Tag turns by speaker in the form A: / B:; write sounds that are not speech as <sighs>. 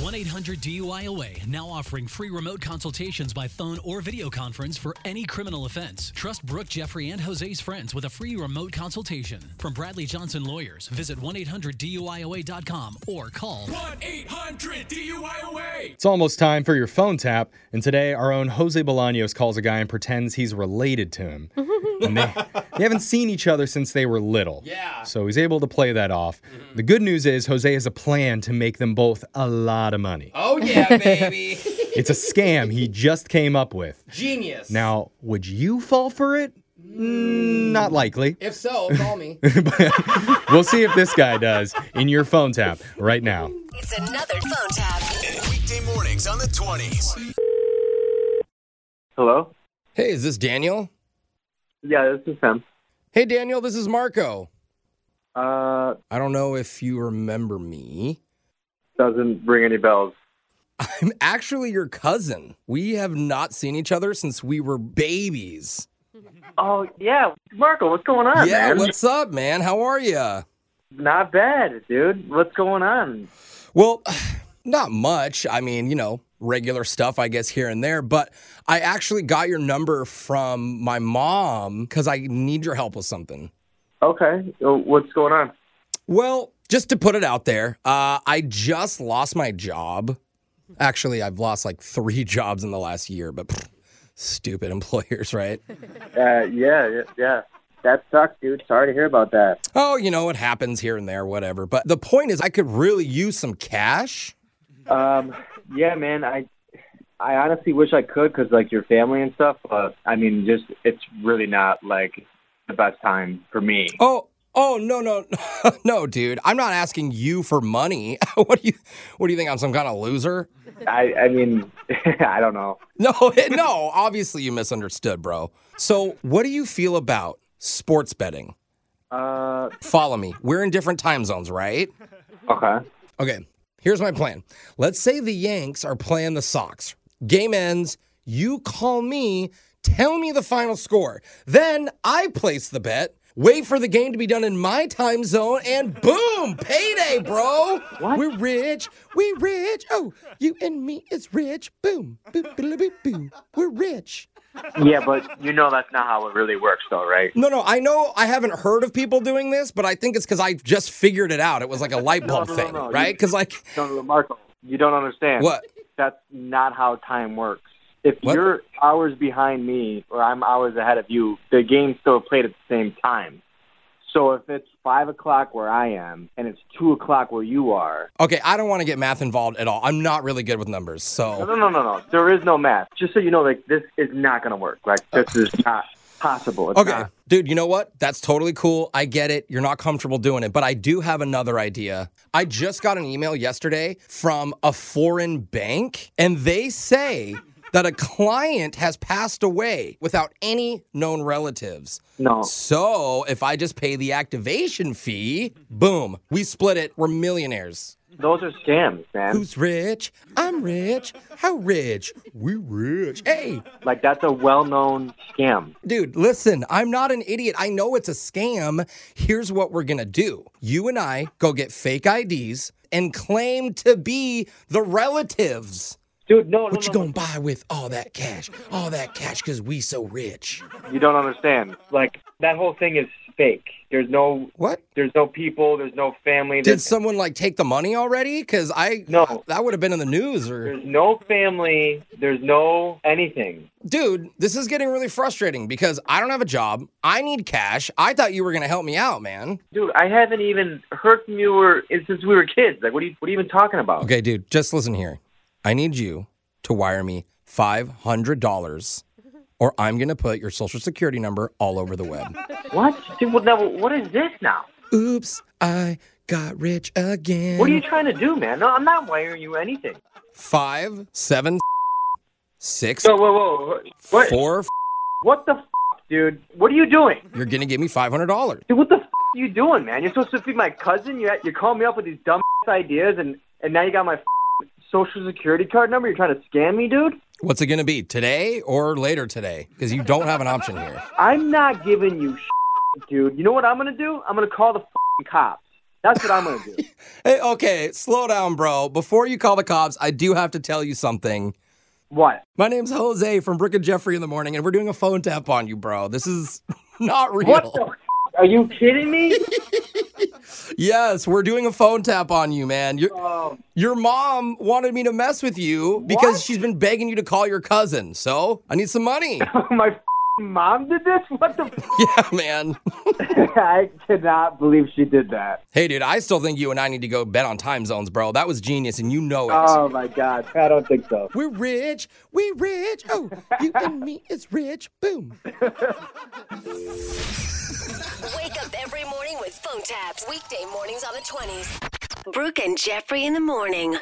A: 1 800 DUIOA now offering free remote consultations by phone or video conference for any criminal offense. Trust Brooke, Jeffrey, and Jose's friends with a free remote consultation. From Bradley Johnson Lawyers, visit 1 800 DUIOA.com or call
B: 1 800 DUIOA.
C: It's almost time for your phone tap, and today our own Jose Bolaños calls a guy and pretends he's related to him. and they, they haven't seen each other since they were little.
B: Yeah.
C: So he's able to play that off. The good news is Jose has a plan to make them both a lot of money.
B: Oh, yeah, baby.
C: It's a scam he just came up with.
B: Genius.
C: Now, would you fall for it? Mm, not likely.
B: If so, call me.
C: We'll see if this guy does in your phone tap right now.
D: It's another phone tap.
E: Weekday mornings on the 20s.
F: Hello?
G: <laughs> Hey, is this Daniel?
F: Yeah, this is him.
G: Hey, Daniel, this is Marco.
F: Uh,
G: I don't know if you remember me.
F: doesn't ring any bells.
G: I'm actually your cousin. We have not seen each other since we were babies.
F: Oh, yeah. Marco, what's going on,
G: yeah,
F: man?
G: what's up, man? How are you?
F: Not bad, dude. What's going on?
G: Well, <sighs> not much. I mean, you know, regular stuff, I guess, here and there. But I actually got your number from my mom because I need your help with something.
F: Okay. uh, What's going on?
G: Well, just to put it out there, uh, I just lost my job. Actually, I've lost like three <laughs> jobs in the last year, but pfft, stupid <laughs> employers, right?
F: Uh, yeah, yeah, yeah. That sucks, dude. Sorry to hear about that.
G: Oh, you know, it happens here and there, whatever. But the point is, I could really use some cash.
F: Um, yeah, man. I, I honestly wish I could, cause like your family and stuff. But I mean, just it's really not like the best time for me.
G: Oh, oh no, no, <laughs> no, dude! I'm not asking you for money. <laughs> what do you, what do you think? I'm some kind of loser? <laughs>
F: I, I mean, <laughs> I don't know.
G: No, <laughs> no. Obviously, you misunderstood, bro. So, what do you feel about sports betting?
F: Uh,
G: Follow me. We're in different time zones, right?
F: okay.
G: Okay, here's my plan. Let's say the Yanks are playing the Sox. Game ends. You call me, tell me the final score. Then I place the bet, wait for the game to be done in my time zone, and boom, payday, bro. We're rich. We rich. Oh, you and me is rich. Boom, boom, boom, boom, boom. We're rich.
F: Yeah, but you know that's not how it really works, though, right?
G: No, no, I know I haven't heard of people doing this, but I think it's because I just figured it out. It was like a light bulb
F: no,
G: thing,
F: no, you-
G: right? Because, like,
F: No, no, Marco, you don't understand.
G: What?
F: That's not how time works. If
G: What?
F: you're hours behind me or I'm hours ahead of you, the game's still played at the same time. So if it's five o'clock where I am and it's two o'clock where you are,
G: Okay, I don't want to get math involved at all. I'm not really good with numbers,
F: no, <laughs>
G: so
F: no, no, no, no. There is no math. Just so you know, like this is not going to work. Like this is not possible. It's
G: okay,
F: not.
G: dude. You know what? That's totally cool. I get it. You're not comfortable doing it, but I do have another idea. I just got an email yesterday from a foreign bank, and they say that a client has passed away without any known relatives.
F: No.
G: So if I just pay the activation fee, boom, we split it. We're millionaires.
F: Those are scams, man.
G: Who's rich? I'm rich. How rich? We rich. Hey,
F: Like that's a well-known scam.
G: Dude, listen, I'm not an idiot. I know it's a scam. Here's what we're going to do you and I go get fake IDs and claim to be the relatives.
F: Dude, no, no,
G: What you
F: no,
G: gonna buy with all that cash? All that cash because we so rich.
F: You don't understand. Like that whole thing is fake. There's no
G: What?
F: there's no people, there's no family,
G: Did
F: there's,
G: someone like take the money already? Because I
F: No.
G: that would have been in the news. Or
F: there's no family, there's no anything.
G: dude, this is getting really frustrating because I don't have a job. I need cash. I thought you were gonna help me out, man.
F: Dude, I haven't even heard from you or eh, since we were kids. Like what are you what are you even talking about?
G: Okay, dude, just listen here. I need you to wire me $500 or I'm going to put your social security number all over the web.
F: What? Dude, what now what is this now?
G: Oops, I got rich again.
F: What are you trying to do, man? No, I'm not wiring you anything.
G: Five, seven, six,
F: Whoa, whoa, whoa. What
G: four.
F: what the f- dude? What are you doing?
G: You're going to give me $500.
F: Dude, what the f- are you doing, man? You're supposed to be my cousin. You you call me up with these dumb <laughs> ideas, and and now you got my f- social security card number. You're trying to scam me, dude.
G: What's it going to be, today or later today? Because you don't have an option here.
F: I'm not giving you, shit, dude. You know what I'm gonna do? I'm gonna call the f- cops. That's what I'm going to do.
G: Hey, okay, slow down, bro. Before you call the cops, I do have to tell you something.
F: What?
G: My name's Jose from Brick and Jeffrey in the morning, and we're doing a phone tap on you, bro. This is <laughs> not real.
F: What the? f- Are you kidding me?
G: Yes, we're doing a phone tap on you, man. Your
F: Um,
G: your mom wanted me to mess with you because she's been begging you to call your cousin. So I need some
F: <laughs>
G: money.
F: <laughs>
G: <laughs>
F: my f- mom did this? What the? F- <laughs>
G: yeah, man.
F: I cannot believe she did that.
G: hey, dude, I still think you and I need to go bet on time zones, bro. That was genius, and you know it.
F: Oh my god. I don't think so.
G: we're rich. We're rich. Oh, you and me is rich. Boom.
D: Wake up every morning with phone taps. Weekday mornings on the 20s. Brooke and Jeffrey in the morning.